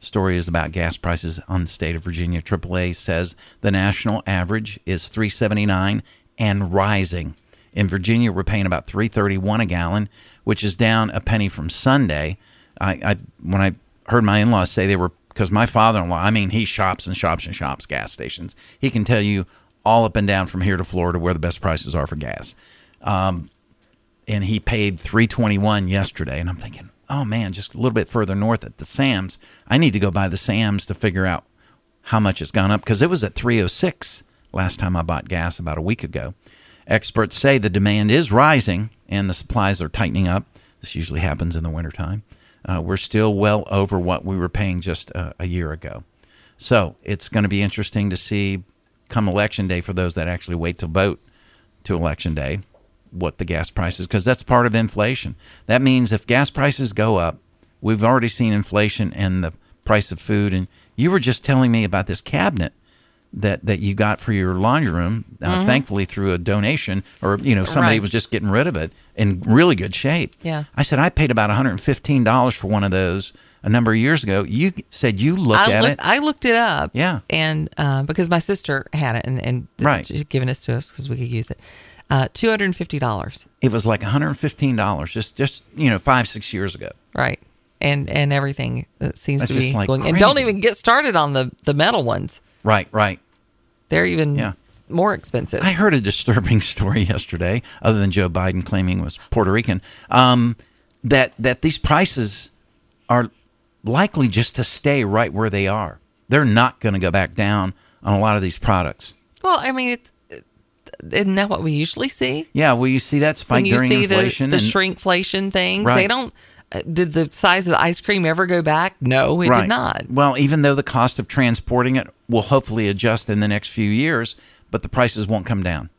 S3: Story is about gas prices on the state of Virginia. AAA says the national average is 379 and rising. In Virginia, we're paying about 331 a gallon, which is down a penny from Sunday. I, I when I heard my in-laws say they were because my father-in-law, I mean, he shops and shops and shops gas stations. He can tell you all up and down from here to Florida where the best prices are for gas. Um, and he paid 321 yesterday, and I'm thinking, oh man, just a little bit further north at the Sam's. I need to go by the Sam's to figure out how much it's gone up because it was at 306 last time I bought gas about a week ago. Experts say the demand is rising and the supplies are tightening up. This usually happens in the wintertime. Uh, we're still well over what we were paying just uh, a year ago. So it's going to be interesting to see come election day for those that actually wait to vote to election day what the gas prices because that's part of inflation. That means if gas prices go up, we've already seen inflation and the price of food. And you were just telling me about this cabinet that that you got for your laundry room, uh,
S4: Mhm.
S3: thankfully through a donation or you know somebody
S4: Right.
S3: was just getting rid of it in really good shape.
S4: Yeah.
S3: I said I paid about $115 for one of those a number of years ago. You said you looked
S4: I
S3: at
S4: look-
S3: it.
S4: I looked it up.
S3: Yeah.
S4: and uh, because my sister had it and and
S3: Right.
S4: she's given us to us because we could use it. Uh, Two hundred and fifty dollars,
S3: It was like $115 just just you know 5 6 years ago.
S4: right? And and everything that seems
S3: That's
S4: to be
S3: just, like,
S4: going. And don't
S3: crazy.
S4: even get started on the the metal ones.
S3: Right, right.
S4: They're even
S3: Yeah.
S4: more expensive.
S3: I heard a disturbing story yesterday, other than Joe Biden claiming was Puerto Rican, um, that that these prices are likely just to stay right where they are. They're not going to go back down on a lot of these products.
S4: Well, I mean, it's it- isn't that what we usually see?
S3: Yeah, well, you see that spike
S4: when you
S3: during
S4: see
S3: inflation.
S4: the, the
S3: and-
S4: shrinkflation things, they
S3: Right.
S4: don't. uh, Did the size of the ice cream ever go back? No, it
S3: Right.
S4: did not.
S3: Well, even though the cost of transporting it will hopefully adjust in the next few years, but the prices won't come down.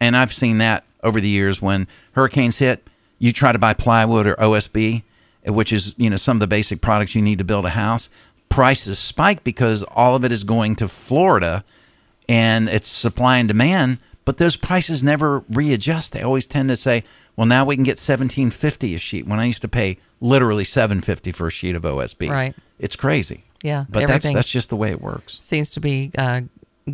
S3: And I've seen that over the years when hurricanes hit, you try to buy plywood or OSB, which is, you know, some of the basic products you need to build a house. Prices spike because all of it is going to Florida and it's supply and demand, but those prices never readjust. They always tend to say, well, now we can get 1750 a sheet when I used to pay literally 750 for a sheet of OSB.
S4: Right.
S3: It's crazy.
S4: Yeah,
S3: But
S4: everything-
S3: that's that's just the way it works.
S4: seems to be uh,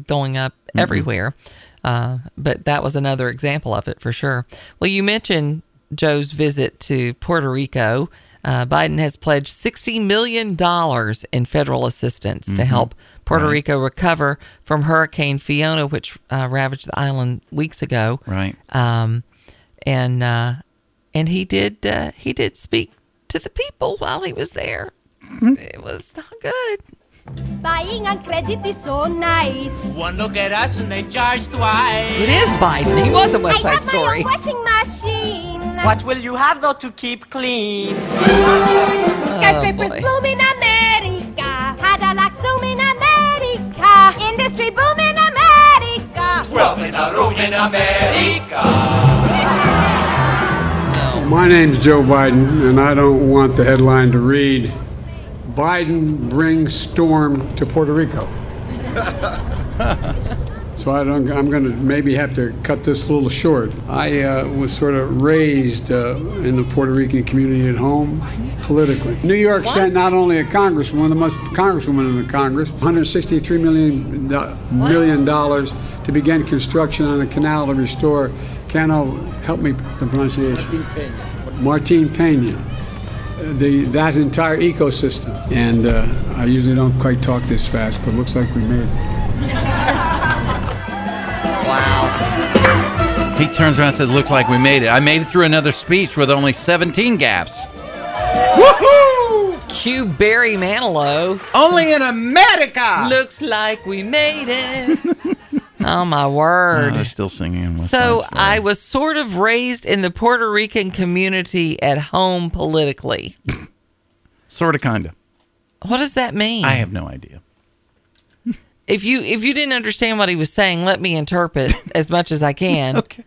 S4: going up everywhere. Uh, but that was another example of it for sure. Well, you mentioned Joe's visit to Puerto Rico. Uh, Biden has pledged $60 million in federal assistance to
S17: Mhm.
S4: help Puerto
S17: Right.
S4: Rico recover from Hurricane Fiona, which uh, ravaged the island weeks ago.
S3: Right.
S4: Um, and uh, and he did uh, he did speak to the people while he was there. it was not good.
S11: Buying on credit is so nice.
S5: One look at us and they charge twice.
S4: It is Biden. He was a West
S11: I
S4: Side
S11: have
S4: Story.
S11: my own washing machine.
S5: What will you have though to keep clean?
S4: Oh,
S11: Skyscrapers
S5: boy.
S11: bloom in America. Cadillacs zoom in America. Industry boom in America.
S5: Twelve in a room in America.
S18: My name's Joe Biden, and I don't want the headline to read Biden brings storm to Puerto Rico. So I don't, I'm going to maybe have to cut this a little short. I uh, was sort of raised uh, in the Puerto Rican community at home. politically. New York sent not only a congresswoman, the most congresswoman in the Congress, 163 million do- million dollars to begin construction on a canal to restore. Cano, help me with the pronunciation. Martin Pena. Uh, The that entire ecosystem, and uh, I usually don't quite talk this fast, but it looks like we made. it.
S3: He turns around and says, Looks like we made it. I made it through another speech with only 17 gaffes.
S4: Woohoo! Q Barry Manilow.
S3: Only in America.
S4: Looks like we made it. oh my word.
S3: they're still singing. West
S4: so
S3: Side Story.
S4: I was sort of raised in the Puerto Rican community at home politically.
S3: Sort of, kind of.
S4: What does that mean?
S3: I have no idea.
S4: if you if you didn't understand what he was saying, let me interpret as much as I can. okay.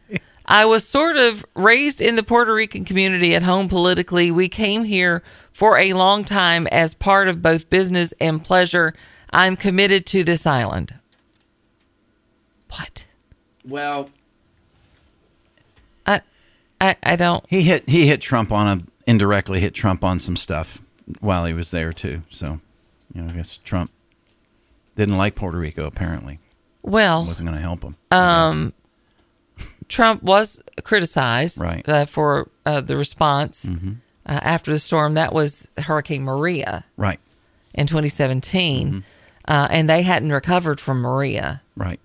S4: I was sort of raised in the Puerto Rican community at home politically. We came here for a long time as part of both business and pleasure. I'm committed to this island.
S3: Well,
S4: I, I, I don't.
S3: He hit he hit Trump on a indirectly hit Trump on some stuff while he was there too. So, you know, I guess Trump didn't like Puerto Rico apparently.
S4: Well,
S3: wasn't going to help him.
S4: Um, Trump was criticized
S3: Right.
S4: uh, for uh, the response
S3: Mhm.
S4: uh, after the storm. That was Hurricane Maria
S3: Right,
S4: in 2017, uh, and they hadn't recovered from Maria
S3: right.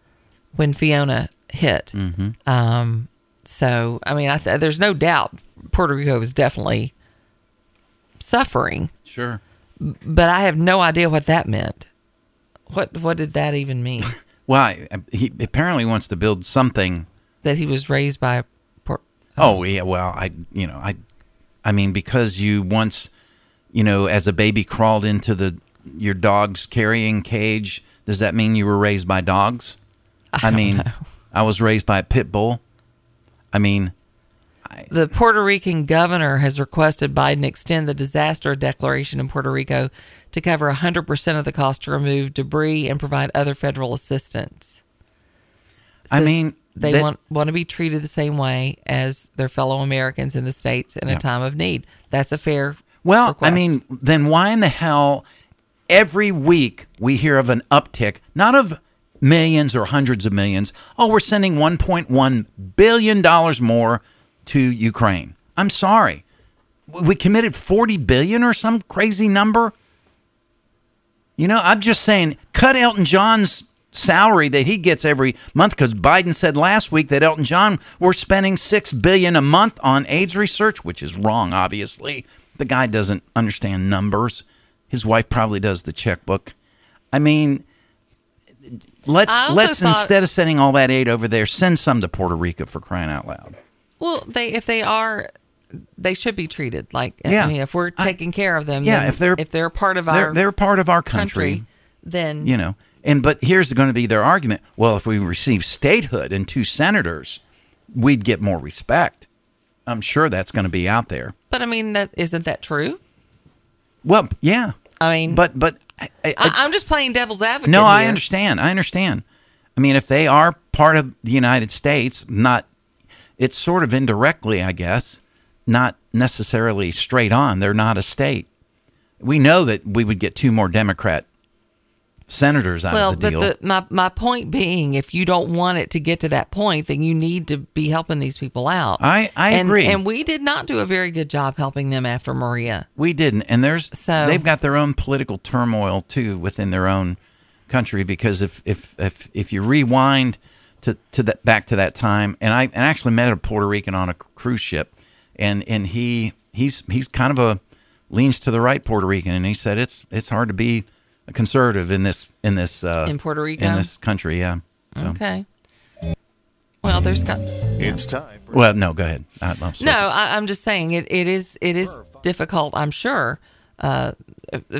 S4: when Fiona hit.
S3: Mhm.
S4: Um, so, I mean, I th- there's no doubt Puerto Rico was definitely suffering,
S3: Sure.
S4: but I have no idea what that meant. What What did that even mean?
S3: Well, I, he apparently wants to build something
S4: that he was raised by a Puerto
S3: Oh yeah, well I you know I, I mean because you once, you know, as a baby crawled into the your dog's carrying cage. Does that mean you were raised by dogs? I, mean, I was raised by a pit bull. I mean,
S4: The Puerto Rican governor has requested Biden extend the disaster declaration in Puerto Rico to cover 100% of the cost to remove debris and provide other federal assistance.
S3: I mean,
S4: they
S3: that-
S4: want want to be treated the same way as their fellow Americans in the states in
S3: Yeah.
S4: a time of need. That's a fair
S3: well,
S4: request.
S3: I mean, then why in the hell every week we hear of an uptick, not of millions or hundreds of millions. Oh, we're sending 1.1 billion dollars more to Ukraine. I'm sorry. we committed 40 billion or some crazy number you know i'm just saying cut elton john's salary that he gets every month because biden said last week that elton john we're spending 6 billion a month on aids research which is wrong obviously the guy doesn't understand numbers his wife probably does the checkbook i mean let's
S4: I also
S3: let's
S4: thought-
S3: instead of sending all that aid over there send some to puerto rico for crying out loud
S4: well, they if they are they should be treated like
S3: Yeah.
S4: I mean, if we're taking care of them,
S3: yeah,
S4: then
S3: if they're-
S4: if they're part of
S3: they're,
S4: our
S3: they're part of our country.
S4: then
S3: you know and but here's going to be their argument well if we receive statehood and two senators we'd get more respect i'm sure that's going to be out there
S4: But I mean, that isn't that true?
S3: well yeah
S4: i mean
S3: but but I, I-
S4: I, I'm just playing devil's advocate.
S3: no i
S4: here.
S3: understand i understand i mean if they are part of the united states not it's sort of indirectly i guess not necessarily straight on they're not a state we know that we would get two more democrat senators out
S4: Well,
S3: of the
S4: but
S3: deal
S4: the, my my point being, if you don't want it to get to that point, then you need to be helping these people out.
S3: I- I
S4: and,
S3: agree.
S4: And we did not do a very good job helping them after Maria.
S3: We didn't, and there's they've got their own political turmoil too within their own country because if if if, if you rewind to to that back to that time, and I and I actually met a Puerto Rican on a cr- cruise ship, and and he he's he's kind of a leans to the right Puerto Rican, and he said it's it's hard to be a conservative in this in this uh,
S4: In Puerto
S3: in
S4: Rico?
S3: this country, yeah. So-
S4: Okay. Well, there's got
S14: It's time.
S3: Well, no, go ahead. I, I'm sorry.
S4: no. I, I'm just saying it, it is it is difficult. I'm sure uh,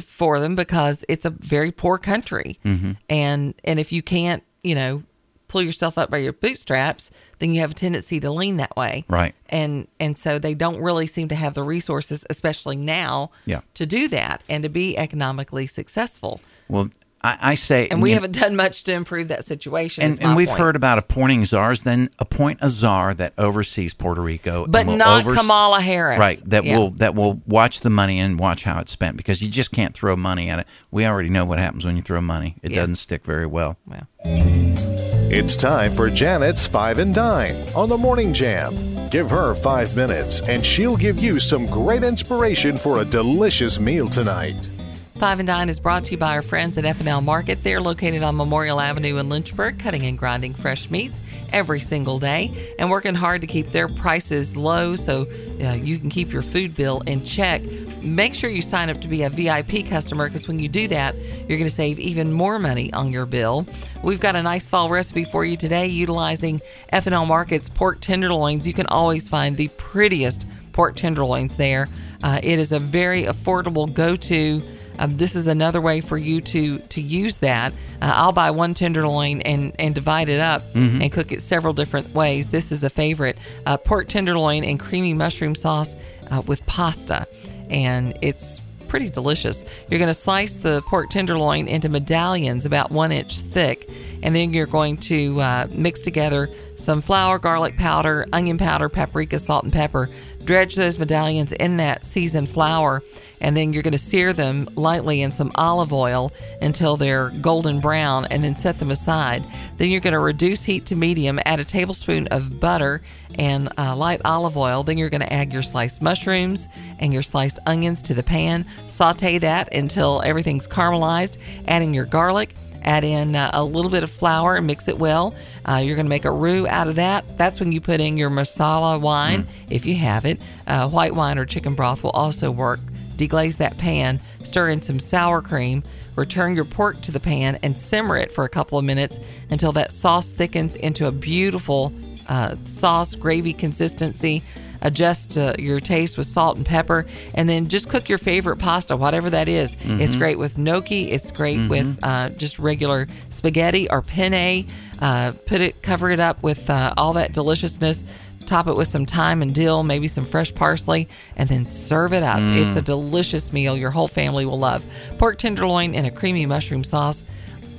S4: for them because it's a very poor country.
S3: Mm-hmm.
S5: Mhm.
S4: and and if you can't you know pull yourself up by your bootstraps then you have a tendency to lean that way
S3: Right.
S4: and and so they don't really seem to have the resources especially now
S3: Yeah.
S4: to do that and to be economically successful
S3: Well, I, I say,
S4: And we
S3: you know,
S4: haven't done much to improve that situation. is
S3: and, and
S4: my
S3: we've
S4: point.
S3: heard about appointing czars. Then appoint a czar that oversees Puerto Rico, and
S4: But
S3: will
S4: not
S3: overse-
S4: Kamala Harris.
S3: right? That
S4: Yeah.
S3: will that will watch the money and watch how it's spent because you just can't throw money at it. We already know what happens when you throw money; it doesn't stick very well.
S14: It's time for Janet's Five and Dime on the Morning Jam. Give her five minutes, and she'll give you some great inspiration for a delicious meal tonight.
S4: Five and Dine is brought to you by our friends at FNL Market. They're located on Memorial Avenue in Lynchburg, cutting and grinding fresh meats every single day and working hard to keep their prices low so uh, you can keep your food bill in check. Make sure you sign up to be a VIP customer because when you do that, you're going to save even more money on your bill. We've got a nice fall recipe for you today utilizing FNL Market's pork tenderloins. You can always find the prettiest pork tenderloins there. Uh, it is a very affordable go-to. Um, this is another way for you to to use that. Uh, I'll buy one tenderloin and and divide it up
S5: Mhm.
S4: and cook it several different ways. This is a favorite: uh, pork tenderloin and creamy mushroom sauce uh, with pasta, and it's pretty delicious. You're going to slice the pork tenderloin into medallions about one inch thick, and then you're going to uh, mix together some flour, garlic powder, onion powder, paprika, salt, and pepper. Dredge those medallions in that seasoned flour, and then you're going to sear them lightly in some olive oil until they're golden brown, and then set them aside. Then you're going to reduce heat to medium, add a tablespoon of butter and uh, light olive oil. Then you're going to add your sliced mushrooms and your sliced onions to the pan. Saute that until everything's caramelized, adding your garlic. Add in uh, a little bit of flour and mix it well. Uh, you're going to make a roux out of that. That's when you put in your masala wine, if you have it. Uh, white wine or chicken broth will also work. Deglaze that pan, stir in some sour cream, return your pork to the pan, and simmer it for a couple of minutes until that sauce thickens into a beautiful uh, sauce gravy consistency. Adjust uh, your taste with salt and pepper, and then just cook your favorite pasta, whatever that is. It's
S5: Mhm.
S4: great with gnocchi. It's great
S5: Mm-hmm.
S4: with uh, just regular spaghetti or penne. Uh, put it, cover it up with uh, all that deliciousness. Top it with some thyme and dill, maybe some fresh parsley, and then serve it up.
S5: Mm.
S4: It's a delicious meal your whole family will love. Pork tenderloin and a creamy mushroom sauce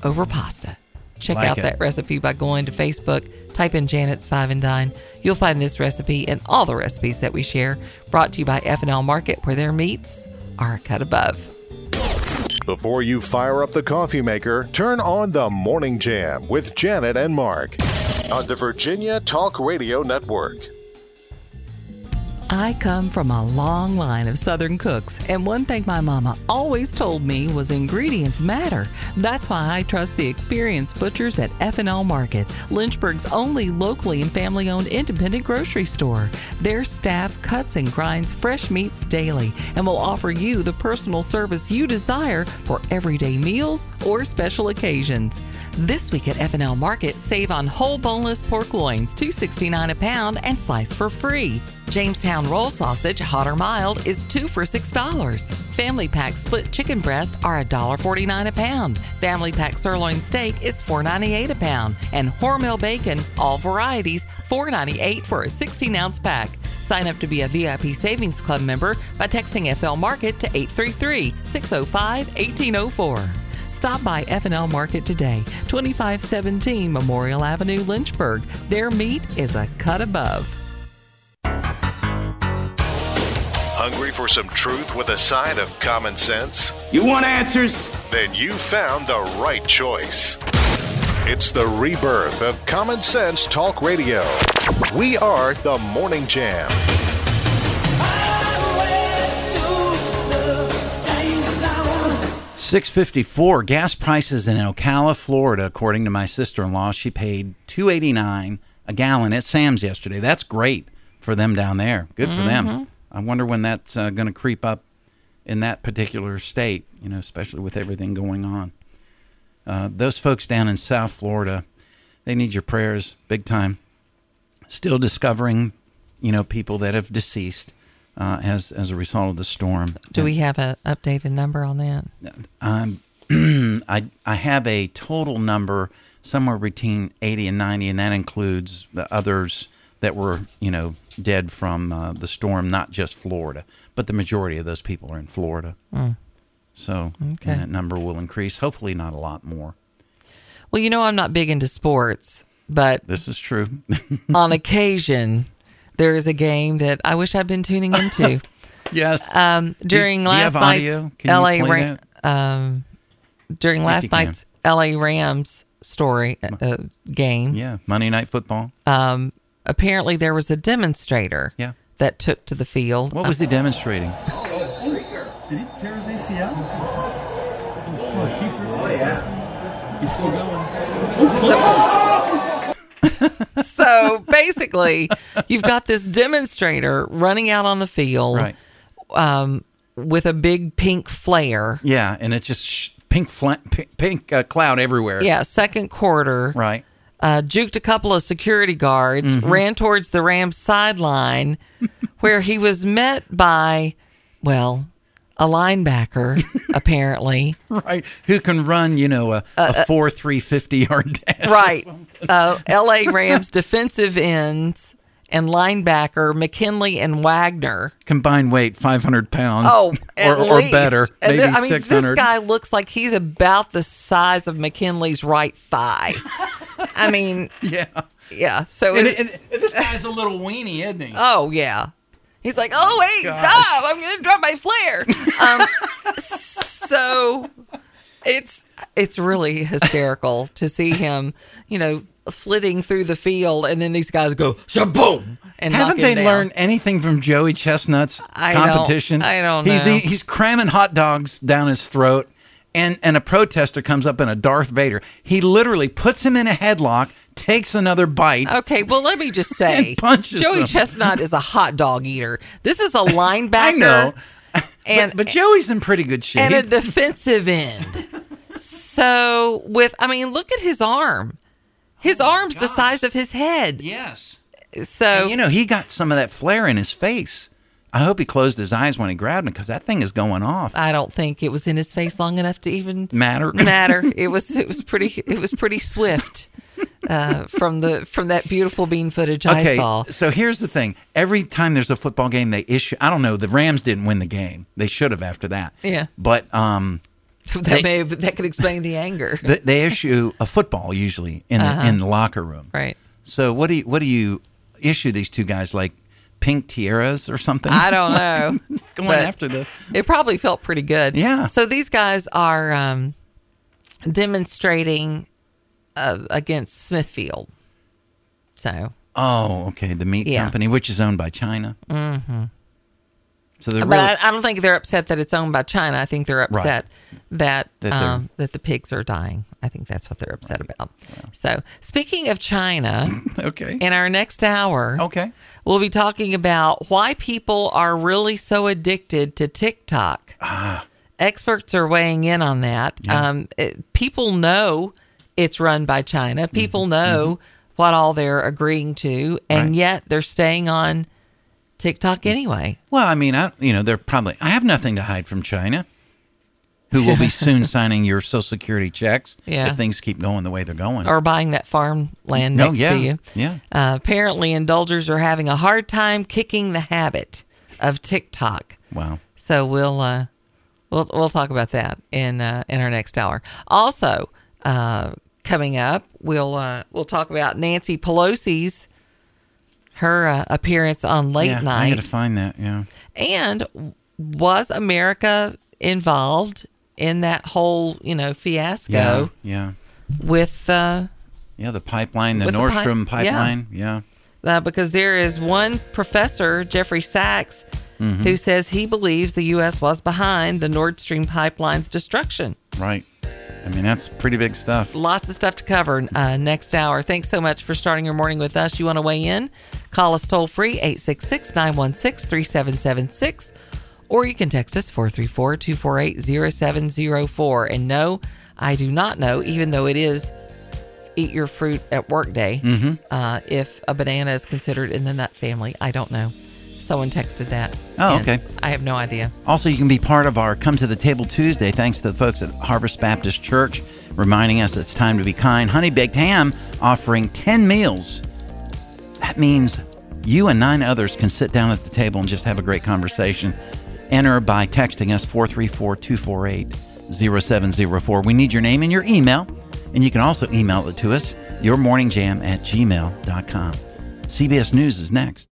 S4: over pasta. Check
S5: Like
S4: out
S5: it.
S4: that recipe by going to Facebook, type in Janet's Five and Dine. You'll find this recipe and all the recipes that we share. Brought to you by F&L Market, where their meats are cut above.
S14: Before you fire up the coffee maker, turn on the Morning Jam with Janet and Mark on the Virginia Talk Radio Network.
S4: I come from a long line of Southern cooks, and one thing my mama always told me was ingredients matter. That's why I trust the experienced butchers at F&L Market, Lynchburg's only locally and family-owned independent grocery store. Their staff cuts and grinds fresh meats daily and will offer you the personal service you desire for everyday meals or special occasions. This week at F&L Market, save on whole boneless pork loins, $2.69 a pound, and slice for free. Jamestown roll sausage, hot or mild, is two for $6. Family pack split chicken breast are $1.49 a pound. Family pack sirloin steak is $4.98 a pound. And Hormel bacon, all varieties, $4.98 for a 16 ounce pack. Sign up to be a VIP Savings Club member by texting FL Market to 833 605 1804. Stop by F&L Market today, 2517 Memorial Avenue, Lynchburg. Their meat is a cut above.
S14: Hungry for some truth with a side of common sense?
S5: You want answers?
S14: Then you found the right choice. It's the rebirth of Common Sense Talk Radio. We are the Morning Jam.
S3: Six fifty-four. Gas prices in Ocala, Florida, according to my sister-in-law, she paid two eighty-nine a gallon at Sam's yesterday. That's great for them down there. Good for
S5: Mhm.
S4: Mm-hmm.
S3: them. I wonder when that's uh, going to creep up in that particular state. You know, especially with everything going on. Uh, those folks down in South Florida, they need your prayers big time. Still discovering, you know, people that have deceased uh, as as a result of the storm.
S4: Do we have an updated number on that?
S3: Um, I I have a total number somewhere between eighty and ninety, and that includes the others that were you know dead from uh, the storm, not just Florida, but the majority of those people are in Florida.
S4: Mm.
S3: So and
S4: Okay.
S3: that number will increase. Hopefully, not a lot more.
S4: Well, you know, I'm not big into sports, but
S3: this is true.
S4: on occasion, there is a game that I wish I'd been tuning into.
S3: yes.
S4: Um,
S3: Do-
S4: during
S3: do you
S4: last
S3: have audio?
S4: night's
S3: Can you
S4: LA
S3: play
S4: Ram- um, during
S3: I
S4: last
S3: think you can.
S4: night's LA Rams story uh, uh, game.
S3: Yeah, Monday Night Football.
S4: Um, apparently, there was a demonstrator.
S3: Yeah.
S4: That took to the field.
S3: What was he demonstrating?
S17: Did he tear his ACL? Oh, yeah. He's still going.
S4: so basically, you've got this demonstrator running out on the field
S3: Right.
S4: um, with a big pink flare.
S3: Yeah, and it's just sh- pink fla- pink, pink uh, cloud everywhere.
S4: Yeah, second quarter.
S3: Right.
S4: Uh, juked a couple of security guards,
S3: Mhm.
S4: ran towards the Rams sideline, where he was met by, well, a linebacker, apparently.
S3: Right. Who can run? You know, a,
S4: Uh, uh,
S3: a four three fifty yard dash.
S4: Right. Uh, L.A. Rams defensive ends and linebacker McKinley and Wagner.
S3: Combined weight five hundred pounds.
S4: Oh, at
S3: or,
S4: least.
S3: or better,
S4: And
S3: maybe
S4: thi- I mean,
S3: six
S4: this
S3: hundred.
S4: guy looks like he's about the size of McKinley's right thigh. I mean,
S3: yeah,
S4: yeah. So
S3: And-
S4: it-
S3: and- this guy's a little weenie, isn't he?
S4: Oh yeah. He's like, oh wait,
S5: Gosh.
S4: stop! I'm gonna drop my flare. Um, so it's it's really hysterical to see him, you know, flitting through the field, and then these guys go shaboom and knock
S3: Haven't
S4: him
S3: they
S4: down.
S3: learned anything from Joey Chestnut's
S4: I don't-
S3: competition?
S4: I don't
S3: He's
S4: know.
S3: eat- he's cramming hot dogs down his throat, and and a protester comes up in a Darth Vader. He literally puts him in a headlock, takes another bite.
S4: Okay, well, let me just say,
S3: punches
S4: Joey
S3: him.
S4: Chestnut is a hot dog eater. This is a linebacker.
S3: I know.
S4: And
S3: but, but Joey's in pretty good shape.
S4: and a defensive end. so with, I mean, look at his arm. His
S3: Oh
S4: arm's the size of his head.
S3: Yes.
S4: So
S3: And, you know he got some of that flare in his face. I hope he closed his eyes when he grabbed him because that thing is going off.
S4: I don't think it was in his face long enough to even
S3: Matter.
S4: matter. It was it was pretty it was pretty swift uh, from the from that beautiful bean footage I
S3: Okay,
S4: saw.
S3: so here's the thing. Every time there's a football game, they issue. I don't know. The Rams didn't win the game. They should have after that.
S4: Yeah.
S3: But um,
S4: That
S3: they,
S4: may have, that could explain the anger.
S3: they, they issue a football usually in the
S4: Uh-huh.
S3: in the locker room.
S4: Right.
S3: So what do you what do you issue these two guys like pink tiaras or something?
S4: I don't know.
S3: Going
S4: But
S3: after the
S4: It probably felt pretty good.
S3: Yeah.
S4: So these guys are um, demonstrating uh, against Smithfield. So.
S3: oh okay the meat
S4: Yeah.
S3: company which is owned by China.
S4: hmm
S3: So they're
S4: but
S3: really
S4: I, I don't think they're upset that it's owned by China. I think they're upset that
S3: That they're-
S4: um, that the pigs are dying. I think that's what they're upset about. So speaking of China,
S3: okay,
S4: in our next hour,
S3: okay,
S4: we'll be talking about why people are really so addicted to TikTok.
S3: Ah.
S4: Experts are weighing in on that. Um, it- people know it's run by China.
S3: Mm-hmm.
S4: People know what all they're agreeing to, and
S3: Right. Mm.
S4: yet they're staying on TikTok anyway.
S3: Well, I mean, I you know, they're probably I have nothing to hide from China, who will be soon signing your Social Security checks
S4: Yeah.
S3: if things keep going the way they're going.
S4: or buying that farmland
S3: No,
S4: next
S3: yeah,
S4: to you.
S3: yeah.
S4: Uh, apparently, indulgers are having a hard time kicking the habit of TikTok.
S3: Wow.
S4: So we'll uh, we'll we'll talk about that in uh, in our next hour. Also, uh, coming up, we'll uh, we'll talk about Nancy Pelosi's her uh, appearance on late
S3: Yeah, I
S4: night
S3: got to find that. Yeah.
S4: and was America involved in that whole you know fiasco
S3: Yeah. Yeah.
S4: with uh,
S3: Yeah. The pipeline, the
S4: With the pipe-
S3: Nordstrom
S4: yeah.
S3: pipeline. Yeah.
S4: uh, because there is one professor, Jeffrey Sachs,
S3: Mhm.
S4: who says he believes the U.S. was behind the Nord Stream pipeline's destruction.
S3: Right. I mean, that's pretty big stuff.
S4: Lots of stuff to cover uh, next hour. Thanks so much for starting your morning with us. You want to weigh in? Call us toll free, 866 916 3776, or you can text us 434 248 0704. And no, I do not know, even though it is eat your fruit at work day,
S3: Mhm.
S4: uh, if a banana is considered in the nut family. I don't know. Someone texted that.
S3: Oh,
S4: and
S3: okay.
S4: I have no idea.
S3: Also, you can be part of our Come to the Table Tuesday thanks to the folks at Harvest Baptist Church reminding us it's time to be kind. Honey Baked Ham offering 10 meals. That means you and nine others can sit down at the table and just have a great conversation. Enter by texting us 434 248 0704. We need your name and your email, and you can also email it to us, yourmorningjam at gmail.com. CBS News is next.